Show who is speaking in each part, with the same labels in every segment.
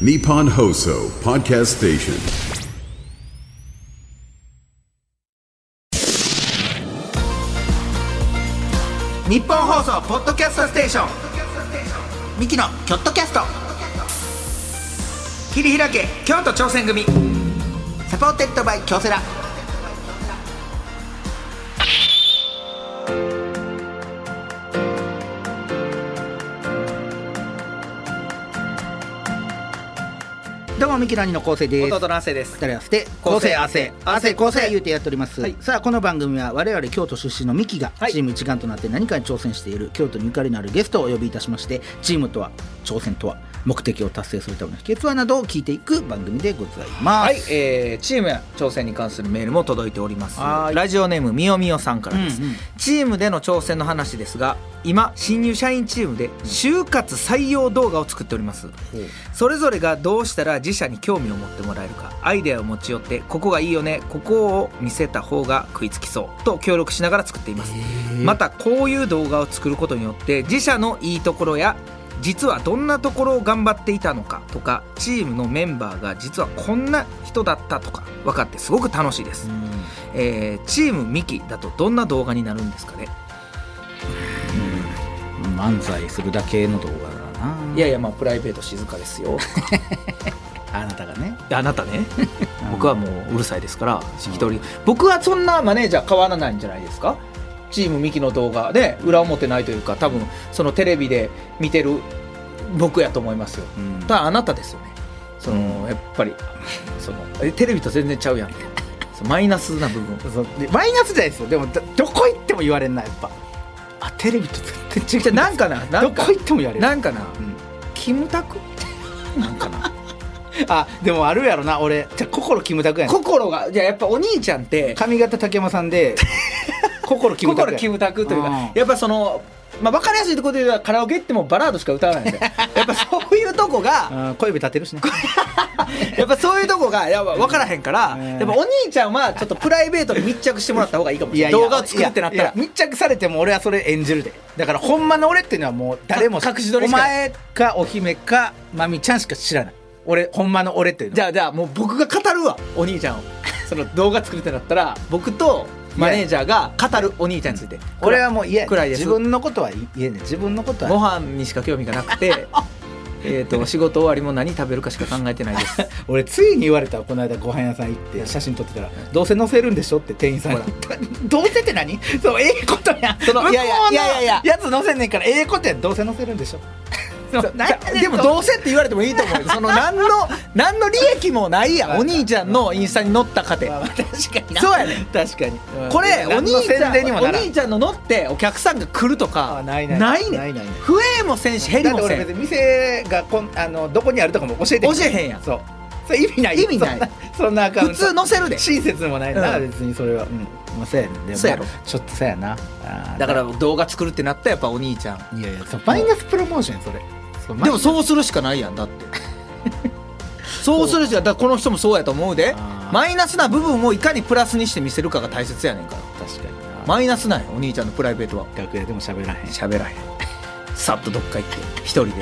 Speaker 1: Nippon Hoso Podcast Station.
Speaker 2: 日本放送ポッドキャストステーションミキのキョットキャスト切り開け京都挑戦組サポーテッドバイ京セラ
Speaker 3: どうもミキラニの構成です。
Speaker 2: 弟の亜生です
Speaker 3: 二人合わせて
Speaker 2: 構
Speaker 3: 構
Speaker 2: 成
Speaker 3: 成汗
Speaker 2: 汗
Speaker 3: 汗
Speaker 2: 構
Speaker 3: 構
Speaker 2: 成
Speaker 3: 成言うてやっております、
Speaker 2: はい
Speaker 3: さあこの番組は我々京都出身のミキが
Speaker 2: はい
Speaker 3: チーム一丸となって何かに挑戦している京都にゆかりのあるゲストをお呼びいたしましてチームとは挑戦とは目的を達成するための秘訣はなどを聞いていく番組でございま
Speaker 2: は
Speaker 3: す
Speaker 2: い、えーチームや挑戦に関するメールも届いております
Speaker 3: はい
Speaker 2: ラジオネームみよみよさんからです、
Speaker 3: うんうん
Speaker 2: チームでの挑戦の話ですが今新入社員チームで就活採用動画を作っております、それぞれがどうしたら自社に興味を持ってもらえるかアイデアを持ち寄ってここがいいよねここを見せた方が食いつきそうと協力しながら作っていますまたこういう動画を作ることによって自社のいいところや実はどんなところを頑張っていたのかとかチームのメンバーが実はこんな人だったとか分かってすごく楽しいです、えーチームミキだとどんな動画になるんですかね
Speaker 3: 漫才するだけの動画だない
Speaker 2: やいやまあプライベート静かですよ
Speaker 3: あなたがね
Speaker 2: あなた ね僕はもううるさいですから一人僕はそんなマネージャー変わらないんじゃないですかチームミキの動画で裏表ないというか多分そのテレビで見てる僕やと思いますよ、
Speaker 3: うん
Speaker 2: ただあなたですよねその、やっぱりそのえテレビと全然ちゃうやんそのマイナスな部分
Speaker 3: そうでマイナスじゃないですよでもどどこ行っても言われんなやっぱあテレビと全
Speaker 2: じ
Speaker 3: 然違
Speaker 2: ゃ
Speaker 3: う
Speaker 2: なんかなな
Speaker 3: ど
Speaker 2: んか
Speaker 3: こ行っても言われる
Speaker 2: なんかな、
Speaker 3: ん
Speaker 2: キムタクなんか な
Speaker 3: あでもあるやろな俺じゃあ心キムタクやん
Speaker 2: 心がじゃやっぱお兄ちゃんって
Speaker 3: 髪型竹山さん で心キムタク
Speaker 2: 心
Speaker 3: や
Speaker 2: キムタクという
Speaker 3: うん
Speaker 2: かやっぱその、まあ、分かりやすいところで言えばカラオケ行ってもバラードしか歌わないん でやっぱそういうとこが
Speaker 3: うん小指立て るしね
Speaker 2: やっぱそういうとこがやっぱ分からへんから、
Speaker 3: うん
Speaker 2: やっぱお兄ちゃんはちょっとプライベートに密着してもらった方がいいかもしれない動画を作るってなった
Speaker 3: いやい
Speaker 2: ら
Speaker 3: や密着されても俺はそれ演じるでだからほんまの俺っていうのはもう誰も
Speaker 2: か隠し撮りし
Speaker 3: お
Speaker 2: か
Speaker 3: 前かお姫かまみちゃんしか知らない俺ほんまの俺っていうの
Speaker 2: じゃあじゃあもう僕が語るわお兄ちゃんをそ の動画作るってなったら僕とマネージャーが語るお兄ちゃんについて
Speaker 3: 俺はもう嫌
Speaker 2: くらいです
Speaker 3: 自分のことは言えねえ自分のこと
Speaker 2: ご
Speaker 3: は
Speaker 2: 飯にしか興味がなく てえーと仕事終わりも何食べるかしか考えてないです
Speaker 3: 俺ついに言われたわこの間ご飯屋さん行って写真撮ってたら「どうせ載せるんでしょ?」って店員さんに「どうせ」って何 そうええことやん
Speaker 2: その
Speaker 3: 向こうの
Speaker 2: いやいやいやいやいや
Speaker 3: やつ載せんねんからええことやんどうせ載せるんでしょ
Speaker 2: そうでもどうせって言われてもいいと思うよその何の 何の利益もないやんお兄ちゃんのインスタに乗ったかて
Speaker 3: まあまあ確かにな
Speaker 2: そうやねん
Speaker 3: 確かに
Speaker 2: これお
Speaker 3: 何
Speaker 2: 兄
Speaker 3: の
Speaker 2: ちゃ
Speaker 3: 宣伝に
Speaker 2: ん
Speaker 3: も
Speaker 2: お
Speaker 3: ならん
Speaker 2: 兄ちゃんの乗ってお客さんが来るとか
Speaker 3: あないない
Speaker 2: ね
Speaker 3: ない
Speaker 2: ん
Speaker 3: ないない
Speaker 2: 増えもせんし減り
Speaker 3: だって
Speaker 2: もせ
Speaker 3: 俺
Speaker 2: ん
Speaker 3: 別に店がこんあのどこにあるとかも教えて
Speaker 2: 教えへんやん
Speaker 3: そうそれ意味ない
Speaker 2: 意味ない
Speaker 3: そんそんなアカウント
Speaker 2: 普通載せるで
Speaker 3: 親切もないな、
Speaker 2: うん
Speaker 3: 別にそれはうんまあそうやねんでも
Speaker 2: そうやろ
Speaker 3: ちょっとそうやなあー
Speaker 2: だから動画作るってなったらやっぱお兄ちゃん
Speaker 3: いやいやそうマイナスプロモーションやそれそう
Speaker 2: でも
Speaker 3: う
Speaker 2: そうするしかないやんだって そうするしかだからこの人もそうやと思うで
Speaker 3: あー
Speaker 2: マイナスな部分をいかにプラスにして見せるかが大切やねんから
Speaker 3: 確かにな、
Speaker 2: マイナスなんやお兄ちゃんのプライベートは
Speaker 3: 楽屋でも喋らへん
Speaker 2: 喋らへんさっとどっか行って一人で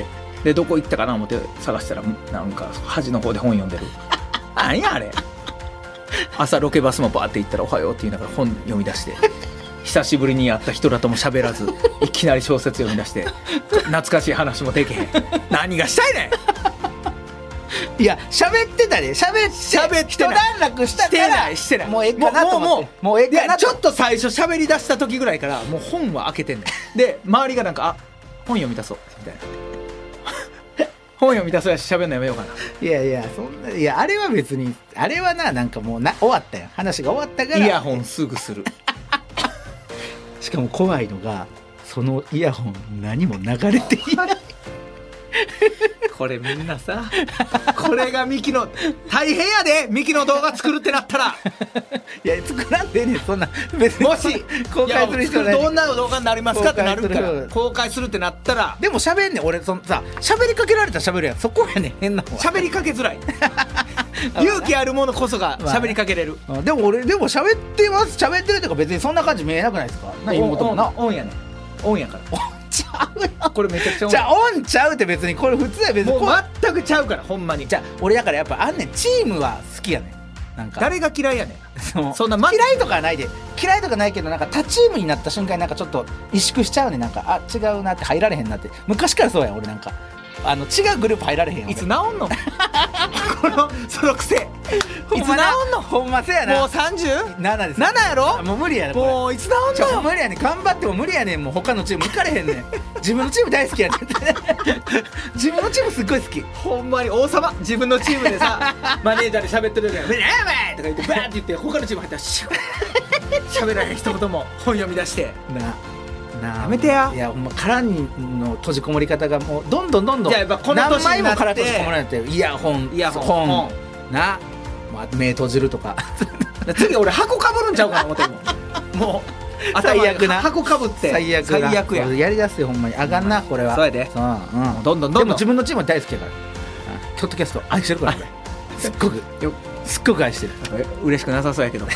Speaker 2: でどこ行ったかな思って探したらなんか端の方で本読ん でる何やあれ朝ロケバスもバーって行ったら「おはよう」って言いながら本読み出して久しぶりに会った人らとも喋らずいきなり小説読み出して懐かしい話もできへん何がしたいねん
Speaker 3: いや喋ってたで喋って
Speaker 2: 喋ってない
Speaker 3: 一段落した
Speaker 2: し
Speaker 3: か
Speaker 2: て
Speaker 3: ら
Speaker 2: ないしてない
Speaker 3: もうええかなと思って
Speaker 2: もうもうもう
Speaker 3: うええか
Speaker 2: いや
Speaker 3: な
Speaker 2: ち
Speaker 3: と
Speaker 2: ょっと最初喋り出した時ぐらいからもう本は開けてんねんで周りがなんかあ本読み出そうみたいな 本読み出そうやし喋るのやめようかない
Speaker 3: やいやそんないやあれは別にあれはななんかもうな終わったやん話が終わったから
Speaker 2: イヤホンすぐする
Speaker 3: しかも怖いのがそのイヤホン何も流れていない
Speaker 2: これみんなさこれがミキの大変やでミキの動画作るってなっ たら
Speaker 3: いや作らんでええねんそんな別に
Speaker 2: もし
Speaker 3: 公開する必要ない
Speaker 2: やどんな動画になりますかってなる
Speaker 3: 公開
Speaker 2: か
Speaker 3: す
Speaker 2: ら
Speaker 3: る
Speaker 2: 公開するってなったら
Speaker 3: でも喋んねん俺そのさ喋りかけられたら喋るやんそこやねん変なのは
Speaker 2: 喋りかけ づらい勇気あるものこそが喋りかけれる
Speaker 3: あでも俺でも喋ってます喋ってるとか別にそんな感じ見えなくないですかな妹もな
Speaker 2: オンオンやねんオンやから
Speaker 3: ちゃ
Speaker 2: これめちゃくちゃ
Speaker 3: じゃあオンちゃうって別にこれ普通や別に
Speaker 2: もう
Speaker 3: こう
Speaker 2: 全くちゃうからほんまに
Speaker 3: じゃあ俺だからやっぱあんねんチームは好きやねんなんか
Speaker 2: 誰が嫌いやねん
Speaker 3: その
Speaker 2: そんなま
Speaker 3: 嫌いとかはないで嫌いとかないけどなんか他チームになった瞬間になんかちょっと萎縮しちゃうねなんかあ違うなって入られへんなって昔からそうやん俺なんかあの違うグループ入られへん よ俺
Speaker 2: いつ治んのこのその癖いつ
Speaker 3: ほ
Speaker 2: 治
Speaker 3: んまなん
Speaker 2: のも
Speaker 3: ほんまそうやな
Speaker 2: う 30?
Speaker 3: 7です
Speaker 2: 7やろ
Speaker 3: もう無理やねこれ
Speaker 2: もういつ治ん
Speaker 3: ちょ
Speaker 2: の
Speaker 3: 無理やねん頑張っても無理やねんもう他のチーム行かれへんねん自分のチーム大好きやね ん自分のチームすっごい好き
Speaker 2: ほんまに王様自分のチーム でさマネージャーで喋ってる時に「やばい!」とか言ってバーって言って他のチーム入ったらシュッ喋らへん一言も本読み出して
Speaker 3: なな
Speaker 2: やめてや
Speaker 3: いやほんま殻の閉じこもり方がもうどんどんどんどん
Speaker 2: じゃあやっぱこの年
Speaker 3: 何枚も
Speaker 2: になって
Speaker 3: 殻閉じこもられてイヤホン
Speaker 2: イヤホン
Speaker 3: 本
Speaker 2: 本
Speaker 3: なもうあと目閉じるとか
Speaker 2: 次俺箱かぶるんちゃうかな思ってんもん もう頭に
Speaker 3: 最悪な
Speaker 2: 箱かぶって
Speaker 3: 最悪だ
Speaker 2: 最悪や
Speaker 3: やりだすよほんまにあがんなこれは
Speaker 2: そうやで
Speaker 3: そううん
Speaker 2: どんどんどんどん
Speaker 3: でも自分のチームは大好きやからうんキョットキャスト愛してる から俺すっごく
Speaker 2: よ
Speaker 3: すっごく愛してる
Speaker 2: 嬉しくなさそうやけ ど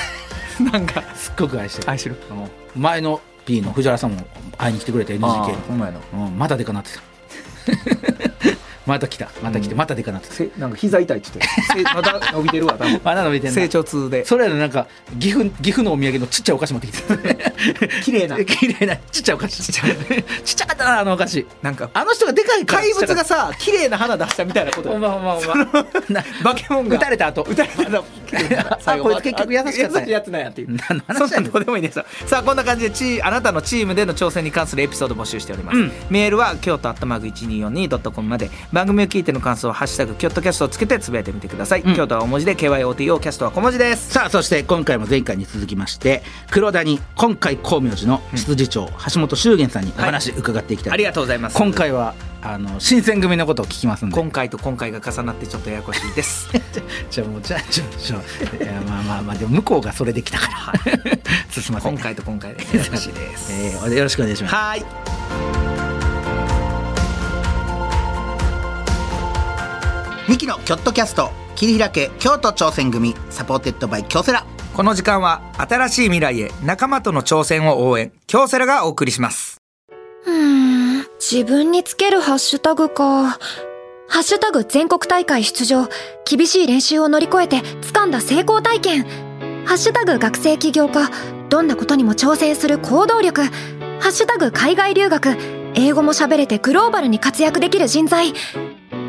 Speaker 2: なんか
Speaker 3: すっごく愛してる
Speaker 2: 愛してる
Speaker 3: うん前の P の藤原さんも会いに来てくれた NGK
Speaker 2: ほんまやな
Speaker 3: うん、またでかなってた また来たまた来て、またでかなってた
Speaker 2: せなんか膝痛いっつってせまだ伸びてるわ多分
Speaker 3: まだ伸びてんな
Speaker 2: 成長痛で
Speaker 3: それやのなんか岐阜岐阜のお土産のちっちゃいお菓子持ってきて
Speaker 2: 綺麗な
Speaker 3: 綺麗なちっちゃいお菓子ちっちゃかったなあのお菓子
Speaker 2: なんか
Speaker 3: あの人がでかいから
Speaker 2: 怪物が
Speaker 3: ちっ
Speaker 2: さ綺麗な花出したみたいなこ
Speaker 3: ち
Speaker 2: と
Speaker 3: ゃかったほん
Speaker 2: よ
Speaker 3: まほんまほんま な
Speaker 2: バケモンが
Speaker 3: 撃たれた後
Speaker 2: 打たれた の
Speaker 3: あこいつ結局優しかったね
Speaker 2: 優しいやつなんやっていう
Speaker 3: 何の話やねん
Speaker 2: そんなどうでもいいですよさあこんな感じでチーあなたのチームでの挑戦に関するエピソード募集しております、
Speaker 3: うん
Speaker 2: メールは京都アットマーク 1242.com まで番組を聞いての感想をハッシュタグキョットキャストをつけてつぶやいてみてください、
Speaker 3: ん
Speaker 2: 京都は大文字で KYOTO キャストは小文字です
Speaker 3: さあそして今回も前回に続きまして黒谷今回光明寺の執事長、橋本修玄さんにお話伺っていきたい、
Speaker 2: ありがとうございます
Speaker 3: 今回はあの新選組のことを聞きますんで
Speaker 2: 今回と今回が重なってちょっとややこし いです
Speaker 3: じゃあもうじゃあちょちょいやまあまあまあでも向こうがそれできたからすいません
Speaker 2: 今回と今回でややこしいです
Speaker 3: えーよろしくお願いします
Speaker 2: はーい
Speaker 3: ミキのキョットキャスト切り開け京都挑戦組サポーテッドバイ京セラ
Speaker 2: この時間は新しい未来へ仲間との挑戦を応援京セラがお送りします
Speaker 4: うーん自分につけるハッシュタグか。ハッシュタグ全国大会出場。厳しい練習を乗り越えて掴んだ成功体験。ハッシュタグ学生起業家。どんなことにも挑戦する行動力。ハッシュタグ海外留学。英語も喋れてグローバルに活躍できる人材。って、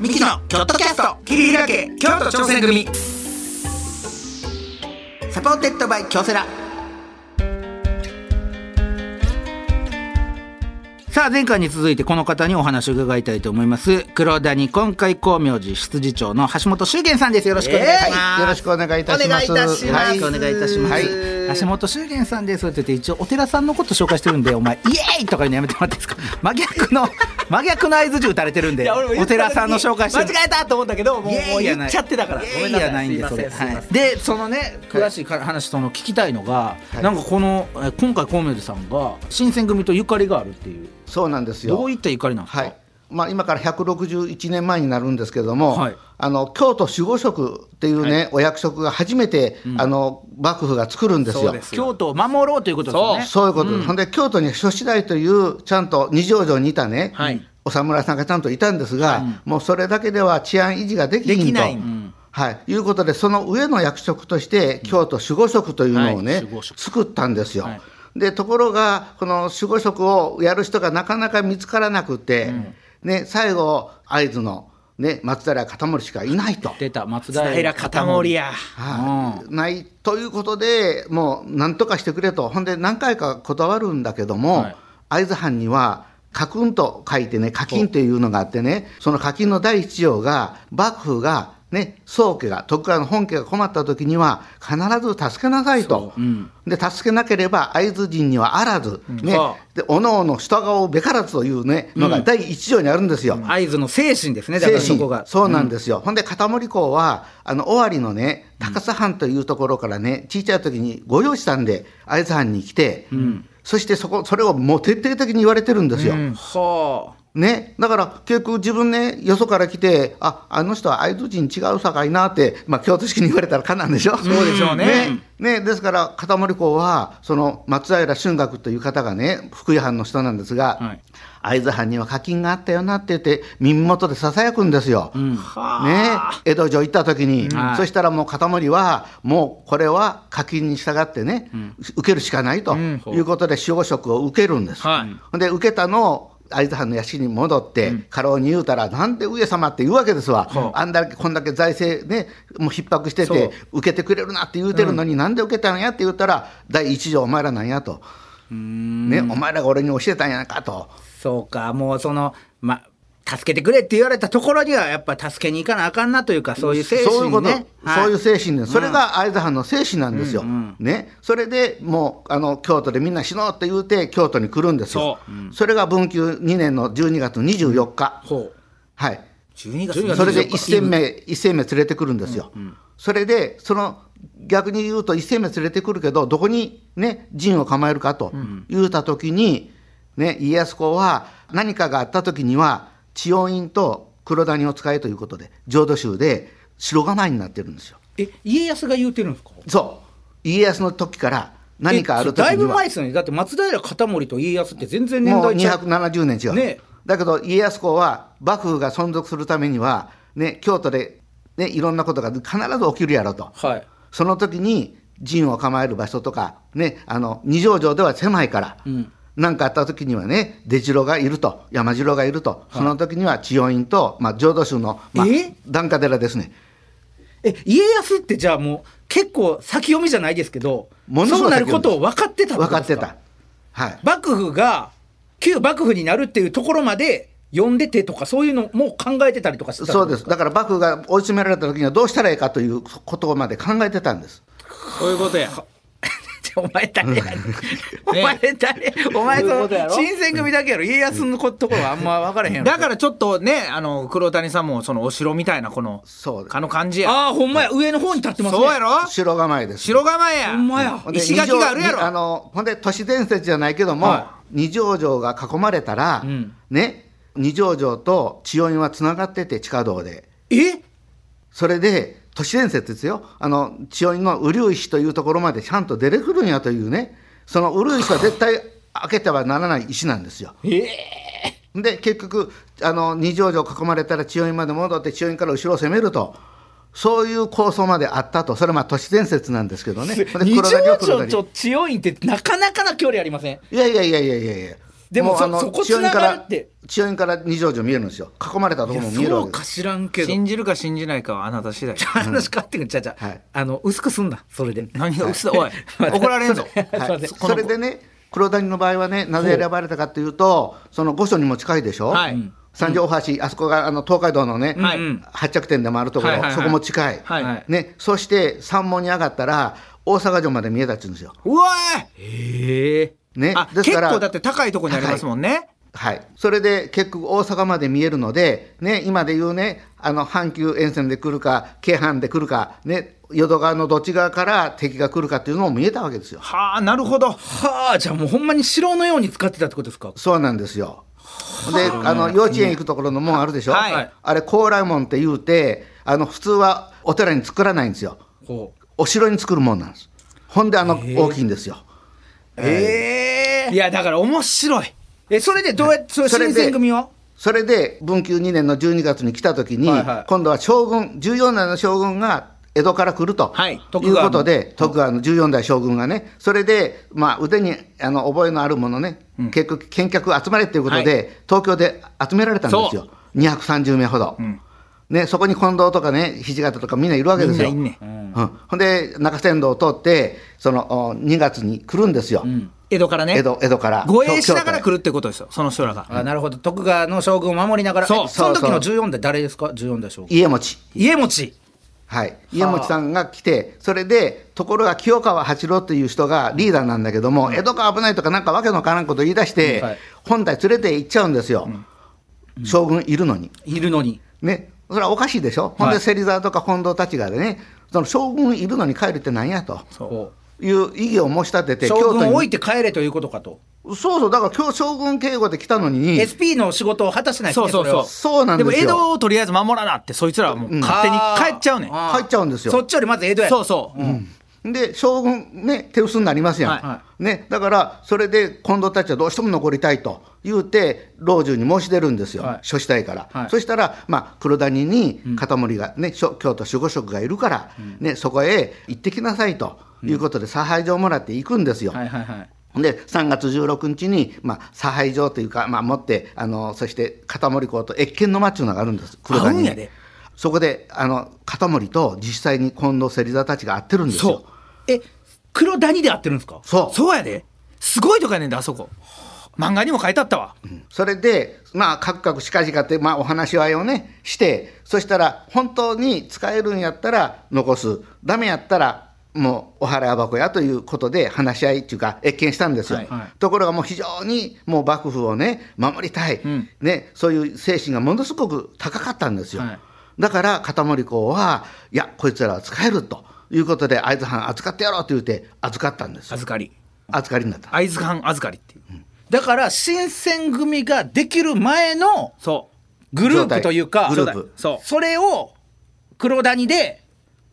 Speaker 2: ミキの京都キャスト切り開け京都挑戦組
Speaker 3: サポーテッドバイ京セラさあ前回に続いてこの方にお話を伺いたいと思います黒谷今回光明寺執事長の橋本修玄さんですよろしくお願いします、
Speaker 5: はい、よろしくお願いいたします。
Speaker 2: お願いいたします
Speaker 5: はい、
Speaker 3: お願いいたします。
Speaker 5: はい
Speaker 3: 橋本修玄さんですって言って一応お寺さんのこと紹介してるんで、お前イエーイとか言うのやめてもらっていいですか。真逆の真逆の合図打たれてるんで、お寺さんの紹介してる。
Speaker 2: 間違えたと思ったけどもう
Speaker 3: イエーイ
Speaker 2: もう
Speaker 3: じゃ
Speaker 2: 言
Speaker 3: ない
Speaker 2: っちゃってたから
Speaker 3: イエーイ
Speaker 2: ごめんなさ
Speaker 3: じゃないんでそれ、
Speaker 2: すいま
Speaker 3: は
Speaker 2: せん
Speaker 3: い
Speaker 2: すいま
Speaker 3: でそのね詳しいか話その聞きたいのが、
Speaker 5: はい
Speaker 3: なんかこのえー今回コウメルさんが新選組とゆかりがあるっていう
Speaker 5: そうなんですよ。
Speaker 3: どういったゆかりなんですか、
Speaker 5: はい。まあ、今から161年前になるんですけれども、
Speaker 3: はい
Speaker 5: あの京都守護職っていうね、お役職が初めて、あの幕府が作るんです
Speaker 2: そう
Speaker 5: よ
Speaker 2: で。す
Speaker 3: 京都を守ろうということですよね
Speaker 5: そういうことです、ほんで京都に諸子代というちゃんと二条城にいたね、
Speaker 2: はい
Speaker 5: お侍さんがちゃんといたんですが、もうそれだけでは治安維持ができひんと
Speaker 2: できない
Speaker 5: はい、いうことでその上の役職として京都守護職というのをね、
Speaker 3: はい守護職
Speaker 5: 作ったんですよ。
Speaker 3: はい
Speaker 5: でところがこの守護職をやる人がなかなか見つからなくて、ね、最後会津の、ね、松平片森しかいないと。
Speaker 3: 出た松
Speaker 2: せん平
Speaker 3: 平
Speaker 2: 片森や
Speaker 5: はいないということで、もうなんとかしてくれと、ほんで何回かこだわるんだけども、
Speaker 3: はい
Speaker 5: 会津藩には、カクンと書いてね、課金というのがあってね、その課金の第一条が、幕府がね、宗家が、徳川の本家が困った時には、必ず助けなさいと、で助けなければ会津人にはあらず、ね
Speaker 2: ああ
Speaker 5: でおのおの従おうべからずという、ね、のが第一条にあるんですよ。
Speaker 3: 合図の精神ですね、だ
Speaker 5: 精
Speaker 3: から
Speaker 5: 神
Speaker 3: そこが。
Speaker 5: そうなんですよ、ほんで片森港はあの尾張のね高須藩というところからね小さい時に御用したんで会津藩に来て、そしてそこそれをもう徹底的に言われてるんですよ。
Speaker 3: は
Speaker 5: ね、だから結局自分ねよそから来てああの人は会津人違うさかいなって、まあ、京都式に言われたらかなんでしょそう
Speaker 2: でしょうね
Speaker 5: ねですから片森公はその松平春岳という方がね福井藩の人なんですが、
Speaker 3: はい
Speaker 5: 会津藩には課金があったよなって言って耳元でささやくんですよ。ね、江戸城行った時に、
Speaker 3: はい
Speaker 5: そしたらもう片森はもうこれは課金に従ってね、受けるしかないということで守護職を受けるんです。
Speaker 2: は
Speaker 5: で受けたのを会津藩の屋敷に戻って、過労に言うたら、なんで上様って言うわけですわ、あんだけこんだけ財政ね、もう逼迫してて、受けてくれるなって言うてるのに、なんで受けたんやって言ったら、第一条、お前らなんやと、ね、お前らが俺に教えたんやないかと、
Speaker 3: あ、そうか、もうその、ま、助けてくれって言われたところには、やっぱ助けに行かなあかんなというか、そういう精
Speaker 5: そう
Speaker 3: 神
Speaker 5: いうこと、
Speaker 3: ね。は
Speaker 5: そういう精神で、それが会津藩の精神なんですよ、ね、それでもうあの京都でみんな死のうって言うて、京都に来るんですよ、そ,、れが文久2年の12月24日。
Speaker 3: ほう
Speaker 5: はい
Speaker 2: 12月
Speaker 5: それで1000名、1000名連れてくるんですよ。それで、その逆に言うと、1000名連れてくるけど、どこにね、陣を構えるかと言うたときに、ね、家康公は何かがあったときには、千代院と黒谷を使えということで、浄土宗で城構えになってるんですよ。
Speaker 3: え、家康が言うてるんですか
Speaker 5: そう、家康の時から何かある
Speaker 3: え
Speaker 5: とき
Speaker 3: だい
Speaker 5: に
Speaker 3: ぶ
Speaker 5: は
Speaker 3: 前。ですよね。だって松平片森と家康って全然年
Speaker 5: も
Speaker 3: 代
Speaker 5: う
Speaker 3: 違う。
Speaker 5: 270年違う、
Speaker 3: ね
Speaker 5: だけど家康公は幕府が存続するためには、ね、京都で、ね、いろんなことが必ず起きるやろと、
Speaker 3: はい。
Speaker 5: その時に陣を構える場所とか、ね、あの二条城では狭いから、なんかあった時にはね、出城がいると、山城がいると、その時には千代院と、まあ、浄土宗の、まあ
Speaker 3: え、
Speaker 5: 檀家寺ですね。
Speaker 3: え、家康ってじゃあもう結構先読みじゃないですけど、
Speaker 5: ものす
Speaker 3: そ
Speaker 5: ご
Speaker 3: う
Speaker 5: い
Speaker 3: な
Speaker 5: 先読み
Speaker 3: ることを分かってた
Speaker 5: 分
Speaker 3: こ
Speaker 5: か
Speaker 3: と
Speaker 5: っ
Speaker 3: です
Speaker 5: てた。はい、
Speaker 3: 幕府が旧幕府になるっていうところまで読んでてとかそういうのも考えてたりとかしてた
Speaker 5: そうですだから幕府が追い詰められた時にはどうしたらいいかということまで考えてたんです。
Speaker 2: そういう ことや
Speaker 3: すお前誰やねん お前誰お前
Speaker 2: そういう
Speaker 3: そ
Speaker 2: ことや
Speaker 3: の
Speaker 2: ろ
Speaker 3: 新選組だけやろ家康のこところはあんま分からへんやろ
Speaker 2: だからちょっとねあの黒谷さんもそのお城みたいなこの
Speaker 5: そうです
Speaker 2: かの感じや
Speaker 3: ああほんまや上の方に立ってますね
Speaker 2: そうやろ
Speaker 5: 城構えです
Speaker 2: 城構えや
Speaker 3: ほんまや
Speaker 5: ほんで
Speaker 2: 石垣があるや
Speaker 5: 二条にあ
Speaker 2: ろ
Speaker 5: のほんで都市伝説じゃないけども、
Speaker 2: は
Speaker 5: 二条城が囲まれたら、
Speaker 3: ん
Speaker 5: ね二条城と千代院はつながってて地下道で
Speaker 3: え
Speaker 5: それで都市伝説ですよあの千代院の雨竜石というところまでちゃんと出てくるんやというねその雨竜石は絶対開けてはならない石なんですよ。で結局あの二条城囲まれたら千代院まで戻って千代院から後ろを攻めると。そういう構想まであったと、それはまあ都市伝説なんです けどね。ほんで
Speaker 3: 二
Speaker 5: 黒
Speaker 3: 条
Speaker 5: 田城黒
Speaker 3: 城
Speaker 5: 田
Speaker 3: と千代院ってなかなかな距離ありません
Speaker 5: いやいやいやいやいやいや。
Speaker 3: でも
Speaker 5: う
Speaker 3: そ
Speaker 5: あの
Speaker 3: そこ
Speaker 5: 千代院から
Speaker 3: 繋がるって
Speaker 5: 千代院から二条城見えるんですよ。囲まれたところも見えるわ
Speaker 3: そ
Speaker 5: け
Speaker 3: う
Speaker 5: で
Speaker 3: か
Speaker 5: す。
Speaker 3: 知らんけど
Speaker 2: 信じるか信じないかはあなた次第
Speaker 3: 話変わってくるちゃうちゃう、
Speaker 5: はい
Speaker 3: あの薄くすんなそれで
Speaker 2: 何が嘘 おい怒られんぞ
Speaker 3: はい
Speaker 5: はい、それでね、黒谷の場合はね、なぜ選ばれたかというと、その御所にも近いでしょ。
Speaker 2: はい
Speaker 5: 三条大橋、あそこがあの東海道のね、
Speaker 2: はい
Speaker 5: 発着点でもあるところ、
Speaker 2: はいはいはい
Speaker 5: そこも近い、
Speaker 2: はいはい
Speaker 5: ね、そして山門に上がったら大阪城まで見えたって言うんですよ。
Speaker 2: うわええ
Speaker 5: ね
Speaker 2: あ
Speaker 5: です
Speaker 2: 結
Speaker 5: から
Speaker 2: 構だって高いとこにありますもんね
Speaker 5: はい、それで結局大阪まで見えるので、ね、今で言うねあの阪急沿線で来るか京阪で来るか、ね、淀川のどっち側から敵が来るかっていうのも見えたわけですよ。
Speaker 2: はあなるほど
Speaker 3: はあじゃあもうほんまに城のように使ってたってことですか
Speaker 5: そうなんですよであの幼稚園行くところの門あるでしょ、
Speaker 2: はい
Speaker 5: あれ高麗門って言うてあの普通はお寺に作らないんですよ
Speaker 3: ほう
Speaker 5: お城に作るもんなんですほんであの大きいんですよ、
Speaker 2: ええ
Speaker 3: いやだから面白いえそれでどうやって、それ
Speaker 5: それで
Speaker 3: 新選組を
Speaker 5: それで文久2年の12月に来た時に、
Speaker 3: はいはい
Speaker 5: 今度は将軍14代の将軍が江戸から来ると、、
Speaker 2: はいいう
Speaker 5: ことで徳川の14代将軍がねそれで、まあ、腕にあの覚えのあるものね、結局見客集まれということで、
Speaker 2: は
Speaker 5: 東京で集められたんですよ230名ほど、ね、そこに近藤とかね土方とかみんないるわけですよ
Speaker 2: みんないんね
Speaker 5: うんほんで中山道を通ってそのお2月に来るんですよ、
Speaker 2: 江戸からね
Speaker 5: 江戸江戸から
Speaker 2: 護衛しながら
Speaker 5: 京都へ
Speaker 2: 来るってことですよその人らが
Speaker 3: あなるほど徳川の将軍を守りながら
Speaker 2: そう
Speaker 3: えその時
Speaker 5: そ
Speaker 3: の
Speaker 5: うそ
Speaker 3: 14代誰ですか14代将軍
Speaker 5: 家持ち
Speaker 3: 家持
Speaker 5: はい、家持さんが来て、それで、ところが清川八郎という人がリーダーなんだけども、江戸川危ないとか、なんかわけのわからんこと言い出して、
Speaker 3: はい
Speaker 5: 本体連れて行っちゃうんですよ、将軍いるのに。
Speaker 3: いるのに。
Speaker 5: ね、それはおかしいでしょ、ほん
Speaker 3: はい
Speaker 5: で芹沢とか近藤たちがね、その将軍いるのに帰るってなんやと
Speaker 3: こ
Speaker 5: いう異議を申し立て
Speaker 3: う
Speaker 5: て、
Speaker 3: 将軍を置い
Speaker 5: に。
Speaker 3: て帰れということかと。
Speaker 5: そうそう、だから今日将軍警護で来たのに、
Speaker 3: SP の仕事を果たしてないです
Speaker 2: そう
Speaker 3: ね。
Speaker 2: そう
Speaker 3: れ
Speaker 2: そう
Speaker 3: は
Speaker 5: そうなんですよ
Speaker 2: も江戸をとりあえず守らなってそいつらはもう勝手に帰っちゃうねん
Speaker 3: あー
Speaker 5: 帰っちゃうんですよ。
Speaker 3: そっちよりまず江戸や。
Speaker 2: そうそう、
Speaker 5: で将軍ね手薄になりますやん、
Speaker 2: はい
Speaker 3: は
Speaker 5: ね、だからそれで近藤たちはどうしても残りたいと言うて老中に申し出るんですよ、
Speaker 3: はい
Speaker 5: 諸子隊から、
Speaker 3: はい
Speaker 5: そしたら、まあ、黒谷に片森が、ね諸京都守護職がいるから、ね、そこへ行ってきなさいということで差配状をもらって行くんですよ、
Speaker 3: はいはいはい。
Speaker 5: で3月16日に、まあ、差配状というか、まあ、持ってあのそして片森公と越見の間っていうのがあるんです黒
Speaker 2: ある
Speaker 5: 谷
Speaker 2: ん
Speaker 5: に
Speaker 2: やで
Speaker 5: そこであの片森と実際に近藤芹沢たちが会ってるんですよ
Speaker 3: え、黒谷で合ってるんですか
Speaker 5: そう
Speaker 2: そうやですごいとこやねんであそこ漫画にも書いてあったわ、
Speaker 5: それで、まあ、カクカクしかじかって、まあ、お話し合いをね、して、そしたら、本当に使えるんやったら残す、ダメやったら、もうお払い箱やということで、話し合いっていうか、謁見したんですよ。
Speaker 3: はいは
Speaker 5: ところが、もう非常にもう幕府をね、守りたい、ね、そういう精神がものすごく高かったんですよ。
Speaker 3: はい
Speaker 5: だから、片森公は、いや、こいつらは使えるということで、会津藩預かってやろうと言って、預かったんですよ。
Speaker 2: 預かり
Speaker 5: 預かりになった。
Speaker 2: 会津藩預かりっていう、
Speaker 3: だから、新選組ができる前の
Speaker 2: そ
Speaker 3: グループというか、
Speaker 5: 状態グループ
Speaker 3: そう。それを黒谷で、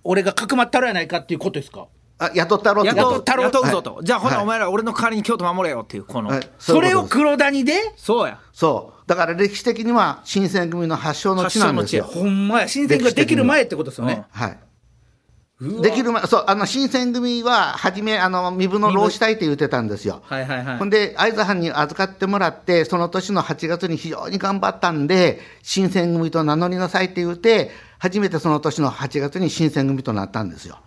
Speaker 3: 俺がかくまったろやないかっていうことですか
Speaker 5: あ雇ったろ
Speaker 2: う
Speaker 5: ってこと
Speaker 2: 雇う雇うぞと、
Speaker 5: はい
Speaker 2: じゃあほな、
Speaker 5: はい
Speaker 2: お前ら俺の代わりに京都守れよっていうこの、
Speaker 5: はい
Speaker 3: そう
Speaker 5: いう
Speaker 3: れ
Speaker 5: こと
Speaker 3: を
Speaker 5: です
Speaker 3: 黒谷で
Speaker 2: そうや
Speaker 5: そう。だから歴史的には新選組の発祥の地なんですよ
Speaker 2: 発。
Speaker 3: ほんまや、新選組ができる前ってことですよね。
Speaker 5: はい。できる前、そう、あの、新選組は、初め、あの、身分の老子隊って言ってたんですよ。
Speaker 3: はいはいはい
Speaker 5: ほんで、会津藩に預かってもらって、その年の8月に非常に頑張ったんで、新選組と名乗りなさいって言って、初めてその年の8月に新選組となったんですよ。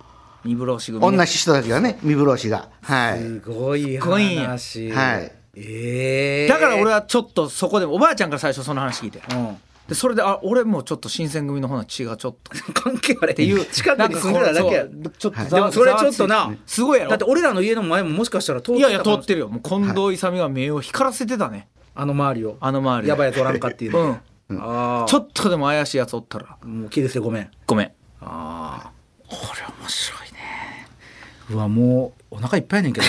Speaker 2: 三風呂氏組ね
Speaker 5: 同じ人たちがね、三風呂氏が。はい。
Speaker 3: すごい
Speaker 2: ごいんや
Speaker 3: 話。
Speaker 5: はい。
Speaker 3: ええ
Speaker 2: だから俺はちょっとそこでおばあちゃんから最初その話聞いて、
Speaker 3: うん
Speaker 2: でそれであ俺もちょっと新選組の方の血がちょっと
Speaker 3: 関係あれ
Speaker 2: っていう
Speaker 3: 近くに住んでただけや
Speaker 2: なんかこうそうちょっとざわ
Speaker 3: でもそれはちょっと
Speaker 2: ざわ
Speaker 3: な
Speaker 2: ついてすごいやろ
Speaker 3: だって俺らの家の前ももしかしたら通って
Speaker 2: い
Speaker 3: た
Speaker 2: や
Speaker 3: か
Speaker 2: い
Speaker 3: も
Speaker 2: や通ってるよもう近藤勇が目を光らせてたね、
Speaker 3: あの周りを
Speaker 2: あの周りを
Speaker 3: やばいやつおらんかっていう
Speaker 2: う
Speaker 3: ね
Speaker 2: ん
Speaker 3: あ
Speaker 2: ちょっとでも怪しいやつおったら
Speaker 3: あもう切り捨てごめん
Speaker 2: ごめん
Speaker 3: ああこれ面白いねうわもうお腹いっぱいやねん けど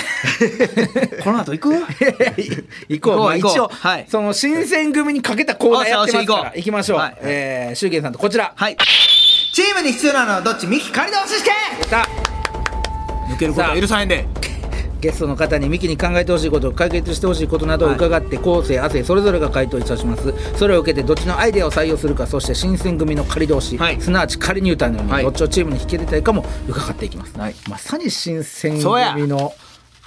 Speaker 2: この 後行く
Speaker 3: 行こう
Speaker 2: 行こう
Speaker 3: まあ一
Speaker 2: 行こう
Speaker 3: 応、
Speaker 2: はい
Speaker 3: その新選組にかけたコーナーやってますから
Speaker 2: あそうそう行こう
Speaker 3: 行きましょう、
Speaker 2: はい
Speaker 3: えー、シュウケンさんとこちら
Speaker 2: はいチームに必要なのはどっちミキ仮倒しして
Speaker 3: さあ
Speaker 2: 抜けることは許さへんで
Speaker 3: ゲストの方にミキに考えてほしいこと解決してほしいことなどを伺って後世亜生それぞれが回答いたしますそれを受けてどっちのアイデアを採用するかそして新選組の仮同士、
Speaker 2: はい
Speaker 3: すなわち仮入隊のように、
Speaker 2: はい
Speaker 3: どっちをチームに引き入れたいかも伺っていきます、
Speaker 2: はい
Speaker 3: まさに新選
Speaker 2: そうや
Speaker 3: 組の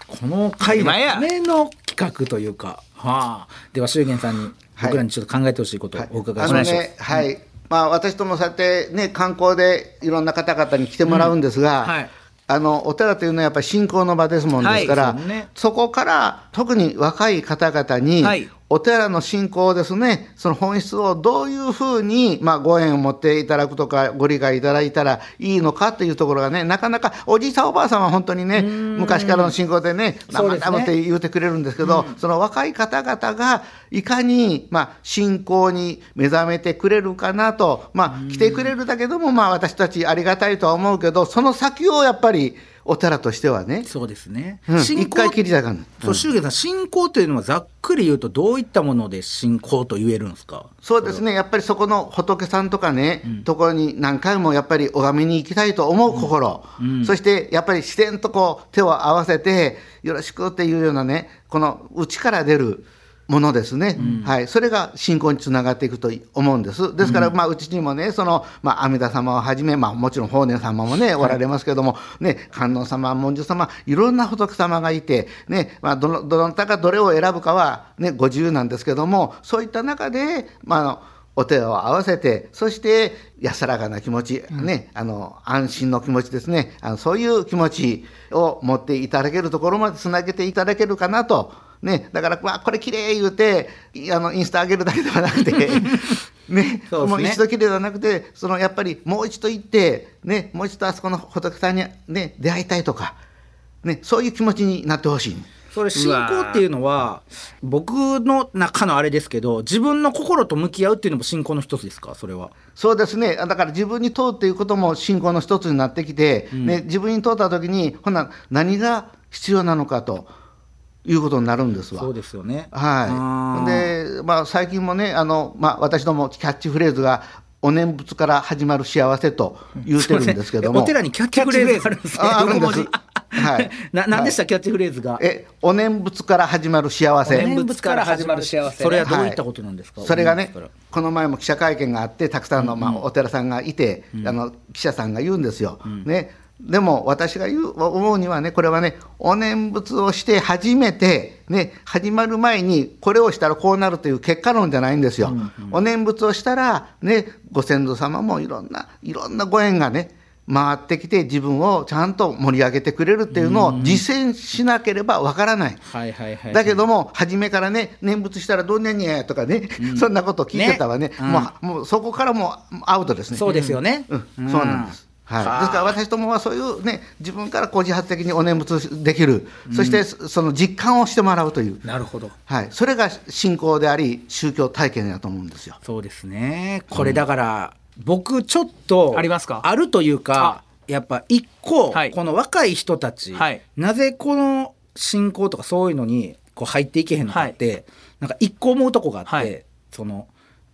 Speaker 3: この回の
Speaker 2: 今や
Speaker 3: ための企画というか、はあ、では祝言さんに
Speaker 5: はい
Speaker 3: 僕らにちょっと考えてほしいことを
Speaker 5: はい
Speaker 3: お伺い
Speaker 5: あ
Speaker 3: し
Speaker 5: の
Speaker 3: ましょう、
Speaker 5: ね、はい、まあ、私どもさて、ね、観光でいろんな方々に来てもらうんですが。
Speaker 2: うんはい
Speaker 5: あのお寺というのはやっぱり信仰の場ですもんですから、
Speaker 2: はいそうね
Speaker 5: そこから特に若い方々に、
Speaker 2: はい
Speaker 5: お寺の信仰ですねその本質をどういうふうに、まあ、ご縁を持っていただくとかご理解いただいたらいいのかというところがねなかなかおじいさんおばあさんは本当にね昔からの信仰でね
Speaker 3: そうですね
Speaker 5: 生々って言うてくれるんですけど、その若い方々がいかに、まあ、信仰に目覚めてくれるかなと、まあ、来てくれるだけども、まあ、私たちありがたいとは思うけどその先をやっぱりお寺としてはね、
Speaker 3: そうですね、
Speaker 5: うん、
Speaker 3: 信仰
Speaker 5: 一回切りたがる
Speaker 3: そう祝言さん信仰というのはざっくり言うとどういったもので信仰と言えるんですか
Speaker 5: そうですねやっぱりそこの仏さんとかね、ところに何回もやっぱり拝みに行きたいと思う心、そしてやっぱり自然とこう手を合わせてよろしくっていうようなねこの内から出るものですね、はい、それが信仰につながっていくと思うんですですから、まあ、うちにもねその、まあ、阿弥陀様をはじめ、まあ、もちろん法然様もねおられますけども、ね、観音様文殊様いろんな仏様がいて、ねまあ、どのどなたがどれを選ぶかは、ね、ご自由なんですけどもそういった中で、まあ、あのお手を合わせてそして安らかな気持ち、ね、あの安心の気持ちですねあのそういう気持ちを持っていただけるところまでつなげていただけるかなとね、だから、わあ、これ綺麗言うて、いあの、インスタ上げるだけではな くて、
Speaker 3: そう
Speaker 5: ね、
Speaker 3: ですね
Speaker 5: もう一度綺麗ではなくて、そのやっぱりもう一度行って、ね、もう一度あそこの仏さんに、ね、出会いたいとか、ね、そういう気持ちになってほしい。
Speaker 3: それ信仰っていうのは僕の中のあれですけど自分の心と向き合うっていうのも信仰の一つですかそれは
Speaker 5: そうですね、だから自分に問うっていうことも信仰の一つになってきて、ね、自分に問うたときに、ほな、何が必要なのかということになるんですわ。
Speaker 3: そうですよね
Speaker 5: はい、
Speaker 3: で
Speaker 5: で、まあ、最近もねあの、まあ、私どもキャッチフレーズが「お念仏から始まる幸せ」と言うてるんですけども、
Speaker 3: お寺にキャッチフレーズがあるんですね
Speaker 5: ああるんです
Speaker 3: 横文字
Speaker 5: はい
Speaker 3: な何でした、
Speaker 5: は
Speaker 3: キャッチフレーズが
Speaker 5: えお念仏から始まる幸せ
Speaker 2: 念仏から始まる幸せ
Speaker 3: それは
Speaker 5: はい
Speaker 3: どういったことなんですか、
Speaker 5: それがね
Speaker 3: お念仏か
Speaker 5: この前も記者会見があってたくさんの、まあ、お寺さんがいて、あの記者さんが言うんですよ、ね、でも私が言う思うにはねこれはねお念仏をして初めて、ね、始まる前にこれをしたらこうなるという結果論じゃないんですよ、お念仏をしたら、ね、ご先祖様もいろんないろんなご縁がね回ってきて自分をちゃんと盛り上げてくれるっていうのを実践しなければわからない、
Speaker 3: らはいはいはい
Speaker 5: だけども、初めからね、念仏したらどうねんやとかね、そんなこと聞いてたわね、
Speaker 3: ねうん
Speaker 5: もうもうそこからもうアウトですね。
Speaker 3: そうですよね、
Speaker 5: うんそうなんです。はい、ですから私どもはそういうね自分からこう自発的にお念仏できる、そしてその実感をしてもらうという、
Speaker 2: なるほど
Speaker 5: はい、それが信仰であり宗教体験だと思うんですよ。
Speaker 3: そうですねこれだから、僕ちょっと
Speaker 2: ありますか
Speaker 3: あるというかやっぱ一個、
Speaker 2: はい
Speaker 3: この若い人たち、
Speaker 2: はい
Speaker 3: なぜこの信仰とかそういうのにこう入っていけへんのかって、なんか一個思うとこがあって、
Speaker 2: はい
Speaker 3: その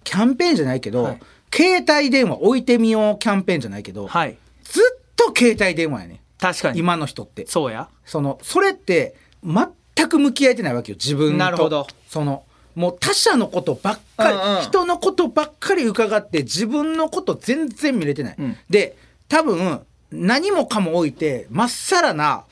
Speaker 3: キャンペーンじゃないけど、
Speaker 2: はい
Speaker 3: 携帯電話置いてみようキャンペーンじゃないけど、
Speaker 2: はい
Speaker 3: ずっと携帯電話やね
Speaker 2: 確かに
Speaker 3: 今の人って
Speaker 2: そうや
Speaker 3: そのそれって全く向き合えてないわけよ自分と
Speaker 2: なるほど
Speaker 3: そのもう他者のことばっかり、
Speaker 2: うんうん
Speaker 3: 人のことばっかり伺って自分のこと全然見れてない、
Speaker 2: うん
Speaker 3: で多分何もかも置いてまっさらな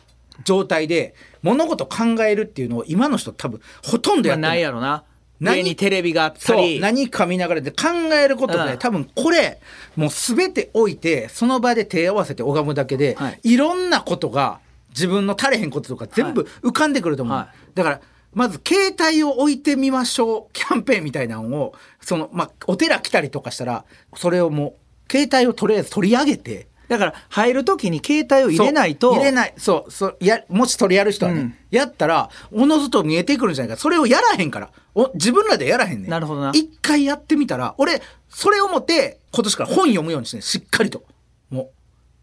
Speaker 3: 状態で物事考えるっていうのを今の人多分ほとんど
Speaker 2: ま
Speaker 3: や
Speaker 2: あ
Speaker 3: って
Speaker 2: な
Speaker 3: ないい
Speaker 2: やろな
Speaker 3: 何
Speaker 2: 家にテレビがあった
Speaker 3: そう
Speaker 2: り
Speaker 3: 何か見ながらで考えることで、
Speaker 2: うん
Speaker 3: 多分これもう全て置いてその場で手合わせて拝むだけで、
Speaker 2: はい
Speaker 3: い、ろんなことが自分の足れへんこととか全部浮かんでくると思う、
Speaker 2: はい
Speaker 3: だからまず携帯を置いてみましょうキャンペーンみたいなのをその、まあ、お寺来たりとかしたらそれをもう携帯をとりあえず取り上げて。
Speaker 2: だから入る時に携帯を入れないと
Speaker 3: そう入れないそうそうやもし取りやる人はね、
Speaker 2: うん
Speaker 3: やったらおのずと見えてくるんじゃないかそれをやらへんからお自分らでやらへんねん
Speaker 2: なるほどな
Speaker 3: 一回やってみたら俺それをもって今年から本読むようにしてんしっかりともう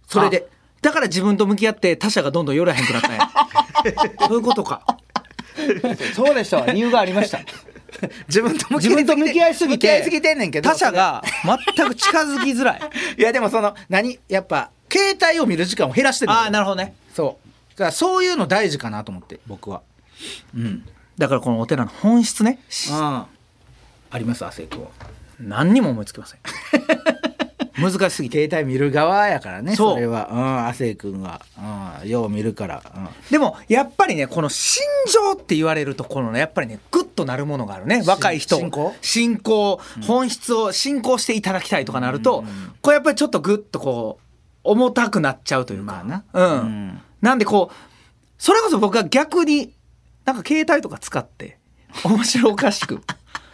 Speaker 3: それで
Speaker 2: あだから自分と向き合って他者がどんどん寄らへんくなったんや そういうことかそうでした理由がありました
Speaker 3: 自分と向き
Speaker 2: 自分と向き合いすぎて
Speaker 3: 向き合いすぎてんねんけど
Speaker 2: 他者が全く近づきづらい
Speaker 3: いやでもその何やっぱ携帯を見る時間を減らしてる
Speaker 2: ああな
Speaker 3: る
Speaker 2: るほどね
Speaker 3: そうだからそういうの大事かなと思って僕は
Speaker 2: だからこのお寺の本質ね
Speaker 3: うんあります亜生君は
Speaker 2: 何にも思いつ きません難しすぎて
Speaker 3: 携帯見る側やからね
Speaker 2: そう
Speaker 3: それはうん亜生君は、うん、よう見るから、うん、
Speaker 2: でもやっぱりねこの心情って言われるところのやっぱりねグッとなるものがあるね若い人
Speaker 3: 信仰
Speaker 2: 信仰本質を信仰していただきたいとかなると、これやっぱりちょっとグッとこう重たくなっちゃうというか、
Speaker 3: まあ
Speaker 2: う
Speaker 3: なんうん
Speaker 2: なんでこうそれこそ僕は逆になんか携帯とか使って面白おかしく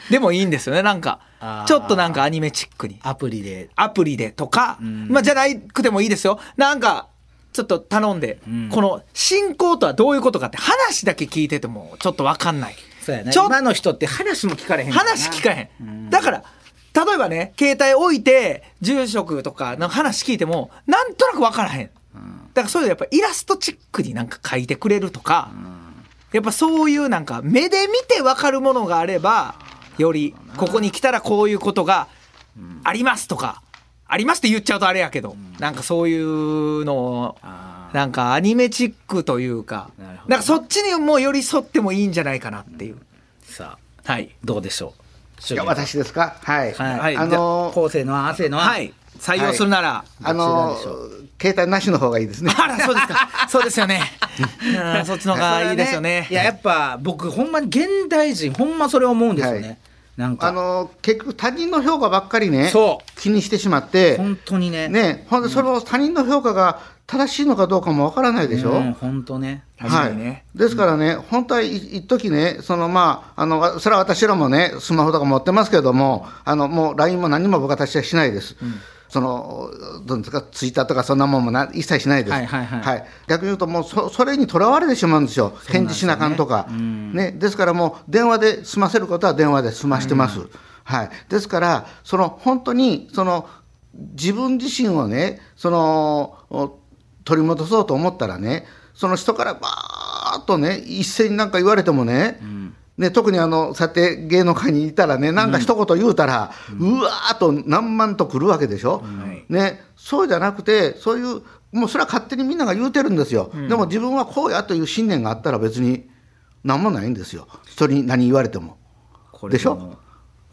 Speaker 2: でもいいんですよねなんか
Speaker 3: あー
Speaker 2: ちょっとなんかアニメチックに
Speaker 3: アプリで
Speaker 2: アプリでとか、
Speaker 3: ん
Speaker 2: まあ、じゃなくてもいいですよなんかちょっと頼んで、
Speaker 3: ん
Speaker 2: この信仰とはどういうことかって話だけ聞いててもちょっと分かんない
Speaker 3: そうやな
Speaker 2: ちょっと
Speaker 3: 今の人って話も聞かれへん
Speaker 2: 話聞か
Speaker 3: ん
Speaker 2: へん、だから例えばね携帯置いて住職とかの話聞いてもなんとなく分からへん、だからそういうやっぱイラストチックになんか書いてくれるとか、やっぱそういうなんか目で見て分かるものがあればよりここに来たらこういうことがありますとか、ありますって言っちゃうとあれやけど、なんかそういうのを
Speaker 3: あ
Speaker 2: なんかアニメチックというか
Speaker 3: なるほど
Speaker 2: なんかそっちにも寄り添ってもいいんじゃないかなっていう。
Speaker 3: さあ
Speaker 2: はい
Speaker 3: どうでしょう
Speaker 5: いや私ですか、はい
Speaker 3: はい、
Speaker 5: あ
Speaker 3: あの
Speaker 5: の
Speaker 3: 後世のは亜生のは、
Speaker 2: はい、採用するなら、
Speaker 5: あの携帯なしの方がいいですね。
Speaker 2: あらそうですか そうですよねうんそっちの方がいいですよね
Speaker 3: いややっぱ僕ほんまに現代人ほんまそれ思うんですよね、
Speaker 5: はい
Speaker 3: なんか
Speaker 5: あの結局他人の評価ばっかりね
Speaker 3: そ
Speaker 5: 気にしてしまって
Speaker 3: 本当にね
Speaker 5: ねほんでその他人の評価が正しいのかどうかもわからないでしょ、
Speaker 3: うん本当ね
Speaker 2: 確かにね
Speaker 5: はい、ですからね、本当はい一時ね、そのまああのわそれは私らもね、スマホとか持ってますけども、あのもう LINE も何も僕は私はしないです。そのどうですかツイッターとかそんなもんもな一切しないです、
Speaker 3: はいはいはい
Speaker 5: 逆に言うと、もうそそれにとらわれてしまうんですよ、返事しなあかんとか、ねですからもう、電話で済ませることは電話で済ましてます、はい、ですから、その本当にその自分自身をねそのお取り戻そうと思ったらねその人からばーっとね一斉になんか言われてもね,、ね特にあのさて芸能界にいたらねなんか一言言うたら、うわーっと何万とくるわけでしょ、ね、そうじゃなくてそういうもうそれは勝手にみんなが言うてるんですよ、でも自分はこうやという信念があったら別に何もないんですよ人に何言われても。
Speaker 3: こ
Speaker 5: でしょ
Speaker 3: もう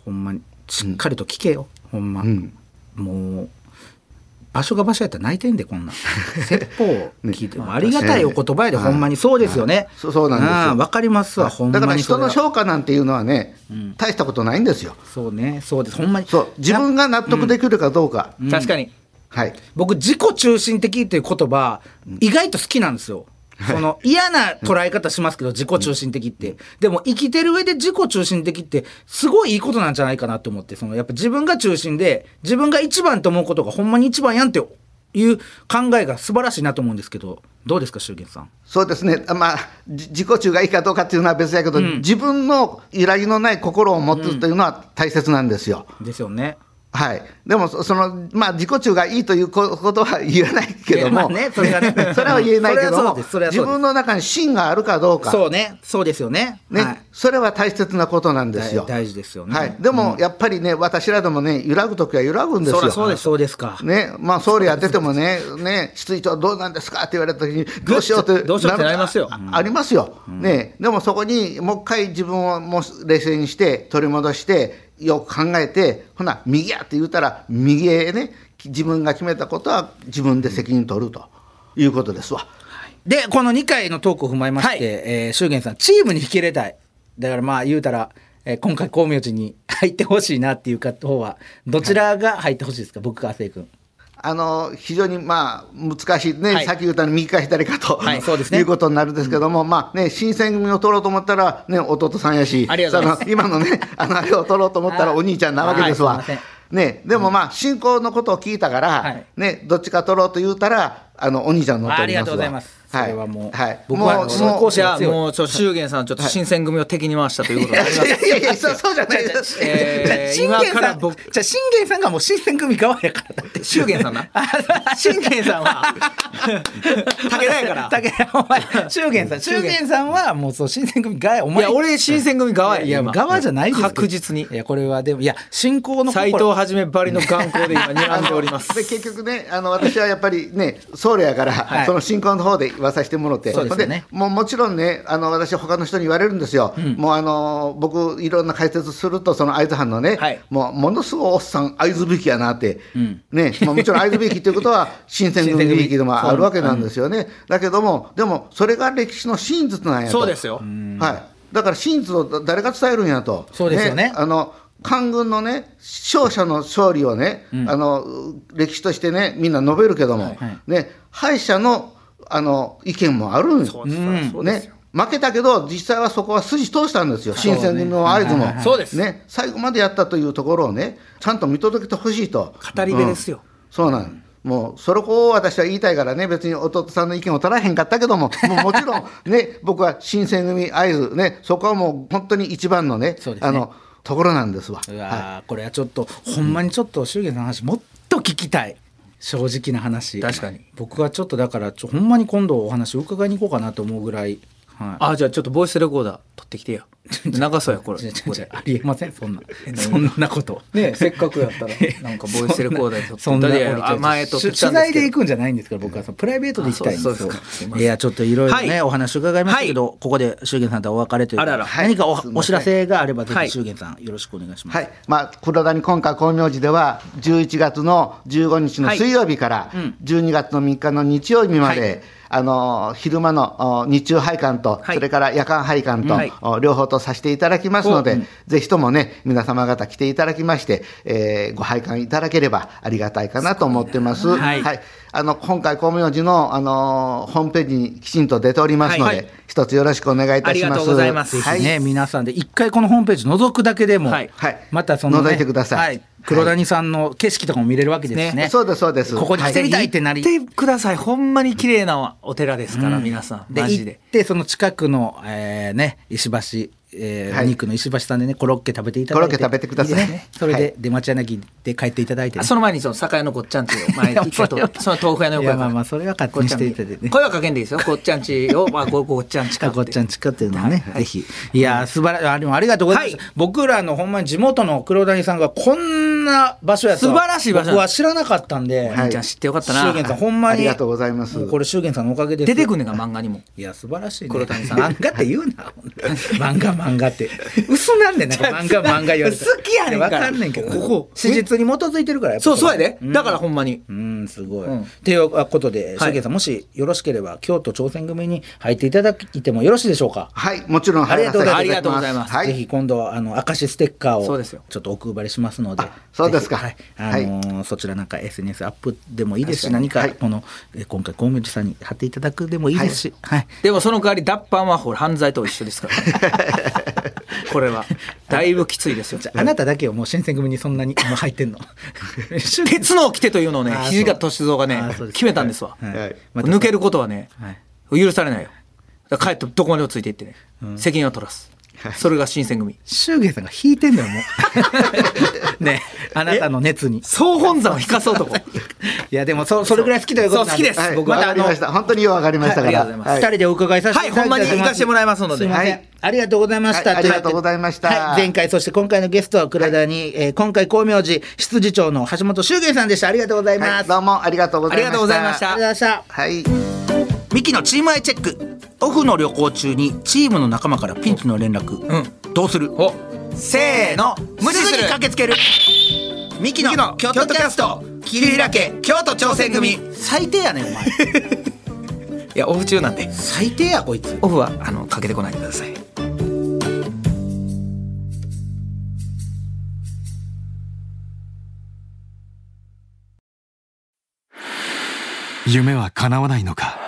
Speaker 3: ほんまにしっかりと聞けよ、ほんま、
Speaker 5: ん
Speaker 3: もう場所が場所やったら泣いてんでこん なん説法を聞いて、もありがたいお言葉やで、
Speaker 5: ね
Speaker 3: ほんまにそうですよね、
Speaker 5: そうそうなんですよ
Speaker 3: ああわかりますわ、ほんま
Speaker 5: だ
Speaker 3: に
Speaker 5: から人の
Speaker 3: それは
Speaker 5: 評価なんていうのはね、大したことないんですよ。
Speaker 3: そうねそうですほんまに
Speaker 5: そう自分が納得できるかどうか、
Speaker 2: 確かに
Speaker 5: はい、
Speaker 3: 僕自己中心的っていう言葉意外と好きなんですよ。その嫌な捉え方しますけど自己中心的ってでも生きてる上で自己中心的ってすごいいいことなんじゃないかなと思ってそのやっぱ自分が中心で自分が一番と思うことがほんまに一番やんっていう考えが素晴らしいなと思うんですけどどうですか修玄さん
Speaker 5: そうですね、あまあ、じ自己中がいいかどうかっていうのは別だけど、自分の揺らぎのない心を持つというのは大切なんですよ。
Speaker 3: ですよね。
Speaker 5: はい、でもそ、そのまあ、自己中がいいというこことは言えないけど
Speaker 3: いやまあ
Speaker 5: も、
Speaker 3: ねそれはね
Speaker 5: それは言えないけど
Speaker 3: それ
Speaker 5: も、
Speaker 3: はそうですそれはそうです
Speaker 5: 自分の中に芯があるかどうか、
Speaker 3: そうねそうですよね。
Speaker 5: ね
Speaker 3: はい
Speaker 5: それは大切なことなんですよ。
Speaker 3: 大大事ですよね。
Speaker 5: はい、でも、やっぱりね、私らでもね、揺らぐときは揺らぐんですよ。
Speaker 3: そらそうですそうですか。
Speaker 5: ね、まあ総理やっててもね、ね、質疑とはどうなんですかって言われたときに、どうしようって、
Speaker 2: どうしようってなりますよ
Speaker 5: あありますよ、ね、でもそこにもう一回自分をもう冷静にして、取り戻して、よく考えて、ほな、右やって言ったら、右へね、自分が決めたことは自分で責任取るということですわ。
Speaker 3: で、この2回のトークを踏まえまして、
Speaker 2: はい
Speaker 3: えー、修玄さん、チームに引き入れたい。だからまあ、言うたら、えー今回、光明寺に 入ってほしいなっていう方は、どちらが入ってほしいですか、僕か亜生君。
Speaker 5: あの非常にまあ難しいね、
Speaker 3: はい
Speaker 5: さっき言ったように右か左かと、
Speaker 3: はい
Speaker 5: い
Speaker 3: そうですね
Speaker 5: うことになるんですけども、まあね、新選組を取ろうと思ったら、ね、弟さんやし、
Speaker 3: ありがとうございます
Speaker 5: その今のね、あのあれを取ろうと 思ったらお兄ちゃんなわけです
Speaker 3: はい
Speaker 5: わ
Speaker 3: すいま。
Speaker 5: ね、でもまあ、信仰のことを聞いたから、
Speaker 3: はい
Speaker 5: ね、どっちか取ろうと言うたら、あのお兄ちゃんの取りますわ
Speaker 3: ありがとうございます
Speaker 5: はい、
Speaker 3: それはもう
Speaker 5: はい、
Speaker 3: 僕は
Speaker 5: もう
Speaker 3: 信仰
Speaker 5: もう
Speaker 3: 者
Speaker 2: じゃあもうちょ修玄さんちょっと新選組を敵に回したということ
Speaker 5: い
Speaker 2: で
Speaker 5: や いやいや、そうそうじゃない です。
Speaker 2: えー
Speaker 3: じゃあ信玄
Speaker 2: 今か
Speaker 3: さ
Speaker 2: ら
Speaker 3: ん、
Speaker 2: 僕
Speaker 3: じゃあ信玄さんがもう新選組側やからだって。
Speaker 2: 修玄さ んな信玄さんは 武田やから
Speaker 3: だけど、お前、修玄 さん、修玄さんはもうそう、新選組側や、お
Speaker 2: い
Speaker 3: 前。
Speaker 2: や俺新選組側や
Speaker 3: いや、
Speaker 2: 今
Speaker 3: 側じゃないですよ
Speaker 2: 確実に
Speaker 3: いや、これはでも、いや、信仰の
Speaker 2: 斎
Speaker 3: 心
Speaker 2: 藤はじめばりの眼光で今睨んでおります
Speaker 5: で結局ねあの私はやっぱりね僧侶やから、
Speaker 3: い
Speaker 5: その信仰の方で言わさせてもろて
Speaker 3: そうですよね
Speaker 5: ほんもうもちろんねあの私他の人に言われるんですよ、もうあの僕いろんな解説するとその会津藩のね、
Speaker 3: はい
Speaker 5: もうものすごいおっさん会津引きやなって、ねまあ、もちろん会津引きというこ とは新選組引きでもあるわけなんですよね、だけどもでもそれが歴史の真実なんやと
Speaker 2: そうですよ
Speaker 5: はい、だから真実を誰が伝えるんやと、
Speaker 3: そうですよね
Speaker 5: あの官軍のね、勝者の勝利をね、あの歴史としてね、みんな述べるけども、ね、敗者のあの意見もあるんよ
Speaker 2: うですよ そうです
Speaker 5: ね、負けたけど、実際はそこは筋通したんですよ、新選組も会津も、
Speaker 2: そうです
Speaker 5: ね、最後までやったというところをね、ちゃんと見届けてほしいと。
Speaker 2: 語り部ですよ、
Speaker 5: そうなんもうそれこを私は言いたいからね別に弟さんの意見を取らへんかったけどもも うもちろんね僕は新選組会津ねそこはもう本当に一番のね
Speaker 3: そうですね
Speaker 5: あのところなんですわ。
Speaker 3: うわ
Speaker 5: は
Speaker 3: ーこれはちょっとほんまにちょっと祝言の話もっと聞きたい正直な話
Speaker 2: 確かに
Speaker 3: 僕はちょっとだからちょほんまに今度お話伺いに行こうかなと思うぐらい、は
Speaker 2: あじゃあちょっとボイスレコーダー取ってきて よ長そうやこれ
Speaker 3: い、ちょちょちょありえません そんなそんなこと
Speaker 2: ねせっかくや ったらなんかボイスレコーダーで撮って
Speaker 3: そんな
Speaker 2: だって
Speaker 3: そんな
Speaker 2: あ前撮ってきた
Speaker 3: 取
Speaker 2: んで
Speaker 3: 材
Speaker 2: すけど
Speaker 3: で行くんじゃないんですから僕はそのプライベートで行きたいんですよ
Speaker 2: あそうですそうですかすいません
Speaker 3: いやちょっといろいろね、
Speaker 2: はい
Speaker 3: お話伺いましたけど、ここで祝言さんとはお別れということで
Speaker 2: あらら
Speaker 3: 何かお,、
Speaker 5: はいすいません
Speaker 3: お知らせがあればぜ
Speaker 2: は
Speaker 3: ひ
Speaker 2: い
Speaker 3: 祝言さんよろしくお願いします、
Speaker 5: はいまあ、黒谷今回光明寺では11月の15日の水曜日から12月の3日の日曜日まで、あの昼間のお日中拝観と、
Speaker 2: はい
Speaker 5: それから夜間拝観と、
Speaker 2: はい
Speaker 5: お両方とさせていただきますので、
Speaker 2: おう
Speaker 5: ぜひともね、皆様方来ていただきまして、えーご拝観いただければありがたいかなと思ってます。
Speaker 2: いなはい
Speaker 5: あの今回、公務用寺の、あのーホームページにきちんと出ておりますので、
Speaker 2: はいはい
Speaker 5: 一つよろしくお願いい
Speaker 2: あ
Speaker 5: たします。
Speaker 2: りがとうございます
Speaker 5: はい
Speaker 3: ね、皆さんで一回このホームページ覗くだけでも、
Speaker 2: はい
Speaker 5: はい
Speaker 3: またその、ね、
Speaker 5: 覗いてください
Speaker 3: は黒谷さんの景色とかも見れるわけですしね
Speaker 5: そうです、そうです。
Speaker 3: ここに来てみたいってなり、
Speaker 2: 行ってくださいほんまに綺麗なお寺ですから、皆さん
Speaker 3: で
Speaker 2: マジ
Speaker 3: 行っ
Speaker 2: で
Speaker 3: てその近くの、えーね石橋、えー
Speaker 5: はい
Speaker 3: お肉の石橋さんでねコロッケ食べていただいて
Speaker 5: コロッケ食べてください
Speaker 3: ですねそれで、
Speaker 5: はい
Speaker 3: 出町柳で帰っていただいて、ね、
Speaker 2: その前にその酒屋のごっちゃんちを前に行 くと
Speaker 3: いや
Speaker 2: その豆腐屋の横
Speaker 3: いやまあまあそれは勝手にしていただいてね
Speaker 2: 声はかけんでいい ですよごっちゃんちを、まあ、ごごっちゃんちか
Speaker 3: か
Speaker 2: って
Speaker 3: こっちゃん近っていうのはね、
Speaker 2: は
Speaker 3: ぜ
Speaker 2: い
Speaker 3: ひいやー素晴らしいあでもありがとうございます、
Speaker 2: はい
Speaker 3: 僕らのほんまに地元の黒谷さんがこんな場所やとは
Speaker 2: 素晴らしい場所
Speaker 3: 僕は知らなかったんで、
Speaker 5: はい
Speaker 2: じゃあ知ってよかった
Speaker 3: 修
Speaker 2: な
Speaker 3: 玄さんほんまに
Speaker 5: ありがとうございます
Speaker 3: もうこれ修玄さんのおかげです
Speaker 2: 出てくんねんか漫画にも
Speaker 3: いや素晴らしいね
Speaker 2: 黒谷さん
Speaker 3: 漫画って言うなほんと漫画漫画って嘘なんでなんか漫画漫画言われて
Speaker 2: 好きやねんから
Speaker 3: わかんねんけどここ史実に基づいてるからやっぱ
Speaker 2: そうそうやで、だからほんまに
Speaker 3: うんすごい、
Speaker 2: うん
Speaker 3: っていうことで
Speaker 2: い
Speaker 3: 修玄さんもしよろしければ京都朝鮮組に入っていただいてもよろしいでしょうか
Speaker 5: はい、もちろん
Speaker 3: ありがとうございます
Speaker 5: 入らせてただきは
Speaker 3: ぜ
Speaker 5: い
Speaker 3: ひ今度はあの明石ステッカー
Speaker 2: そうですよ
Speaker 3: をちょっとお配りしますので
Speaker 5: あそうですか
Speaker 3: ぜひはいあのーそちらなんか SNS アップでもいいですし何
Speaker 5: は
Speaker 3: か
Speaker 5: い
Speaker 3: この、え今回公明寺さんに貼っていただくでもいいですし、はい
Speaker 2: でもその代わり脱藩はほら犯罪と一 緒ですから、これはだいぶきついですよ
Speaker 3: じゃああなただけをもう新選組にそんなにもう入って んの修玄
Speaker 2: 鉄の掟というのをね
Speaker 3: あーそう
Speaker 2: 土方歳三がね
Speaker 3: あーそうです
Speaker 2: 決めたんですわ、
Speaker 3: はい
Speaker 5: はい
Speaker 3: また
Speaker 2: 抜けることはね、
Speaker 3: はい
Speaker 2: 許されないよだから帰ってどこまでもついていってね、責任を取らす、それが新選組
Speaker 3: 修玄さんが引いてんのよもう ねあなたの熱に
Speaker 2: 総本山を引かす 男
Speaker 3: いやでもそそれぐらい好きということなん
Speaker 2: そう好きです
Speaker 5: はい、
Speaker 2: 僕
Speaker 5: わ
Speaker 2: また
Speaker 5: かりました。本当にようわかりましたか
Speaker 2: はいあ
Speaker 5: ら。
Speaker 2: りがとうございます
Speaker 3: 二人でお伺いさせていただいております
Speaker 2: はいほんまに行かせてもらいますのです
Speaker 3: いません、
Speaker 5: はい
Speaker 3: ありがとうございました、
Speaker 5: はいありがとうございました
Speaker 3: はい前回そして今回のゲストは黒谷、えー今回光明寺執事長の橋本修玄さんでしたありがとうござい
Speaker 5: は
Speaker 3: ま
Speaker 5: い
Speaker 3: す、
Speaker 5: どうもありがとうございま
Speaker 2: あり
Speaker 5: した。
Speaker 2: がとうございました
Speaker 3: ありがとうございました
Speaker 5: はい。
Speaker 3: ミキのチームアイチェックオフの旅行中にチームの仲間からピンチの連絡、
Speaker 2: うん
Speaker 3: どうする
Speaker 2: おせーの無視する
Speaker 3: ぐに駆けつけるミキの
Speaker 2: ミキの
Speaker 3: 京都キャスト桐平家
Speaker 2: 京都朝鮮組
Speaker 3: 最低やねんお前
Speaker 2: いやオフ中なんで
Speaker 3: 最低やこいつ
Speaker 2: オフはあのかけてこないでください
Speaker 6: 夢は叶わないのか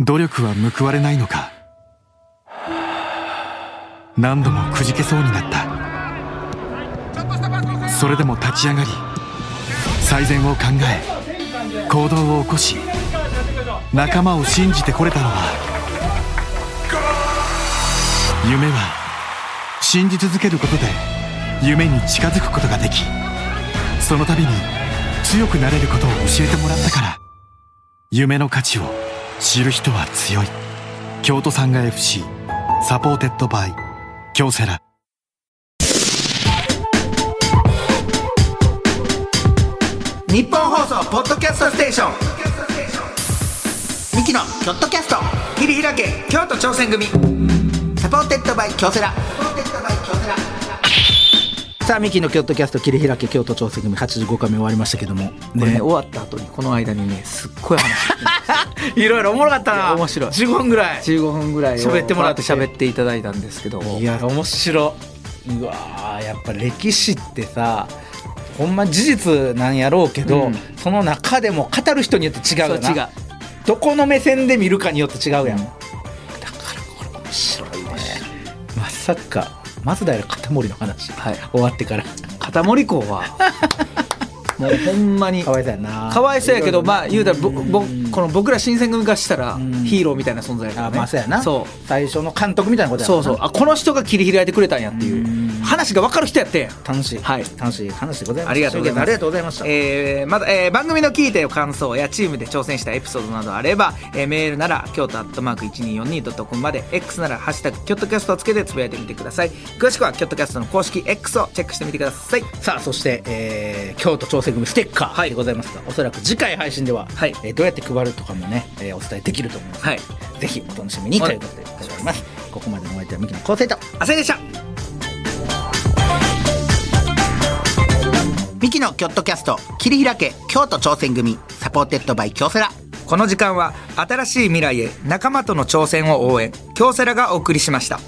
Speaker 6: 努力は報われないのか何度もくじけそうになったそれでも立ち上がり最善を考え行動を起こし仲間を信じてこれたのは夢は信じ続けることで夢に近づくことができその度に強くなれることを教えてもらったから夢の価値を知る人は強い京都産が FC サポーテッドバイ京セラ
Speaker 3: 日本放送ポッドキャストステーションミキのキョットキャスト桐平家京都朝鮮組サポーテッドバイ京セラさあミキのキョットキャスト桐平家京都朝鮮組85回目終わりましたけども
Speaker 2: これね終わった後にこの間にねすっごい話して
Speaker 3: いろいろおもろかった
Speaker 2: いや
Speaker 3: な
Speaker 2: 面白い
Speaker 3: 15分ぐらい
Speaker 2: 15分ぐらいを
Speaker 3: 喋ってもらって
Speaker 2: バーッと 喋っていただいたんですけど
Speaker 3: いや面白いうわーやっぱ歴史ってさほんま事実なんやろうけど、
Speaker 2: うん
Speaker 3: その中でも語る人によって違うよな
Speaker 2: そう違う
Speaker 3: どこの目線で見るかによって違うやん、だからこれ面白いねまさか松平片森の話、
Speaker 2: はい
Speaker 3: 終わってから
Speaker 2: 片森校 はもうほんまに
Speaker 3: かわいそうやな
Speaker 2: かわいそうやけどまあ言うたらぼぼ
Speaker 3: ん
Speaker 2: この僕ら新選組からしたら
Speaker 3: ん
Speaker 2: ヒーローみたいな存在やから
Speaker 3: あ
Speaker 2: ね
Speaker 3: まあそうやな
Speaker 2: そう
Speaker 3: 最初の監督みたいなことやも
Speaker 2: そ
Speaker 3: ん
Speaker 2: う
Speaker 3: な
Speaker 2: そうあこの人が切り開いてくれたんやっていう話が分かる人やってんや
Speaker 3: 楽しい、
Speaker 2: はい
Speaker 3: 楽しい話でございました
Speaker 2: ありがとうございます
Speaker 3: ありがとうございました、
Speaker 2: えーまだえー番組の聞いたよ感想やチームで挑戦したエピソードなどあれば、えーメールなら京都アットマーク 1242.com まで X なら「ハッシュタグキョットキャスト」をつけてつぶやいてみてください詳しくはキョットキャストの公式 X をチェックしてみてください
Speaker 3: さあそして、えー京都調整組ステッカーでございますが、おそらく次回配信では、
Speaker 2: はい
Speaker 3: えーどうやって配るとかもね、えーお伝えできると思います、
Speaker 2: はい
Speaker 3: ぜひお楽しみに
Speaker 2: は
Speaker 3: と
Speaker 2: い
Speaker 3: いうことでございますここまでのお相手はミキの構成と
Speaker 2: あせでした
Speaker 3: ミキのキョットキャスト切り開け京都挑戦組サポーテッドバイ京セラ
Speaker 2: この時間は新しい未来へ仲間との挑戦を応援京セラがお送りしました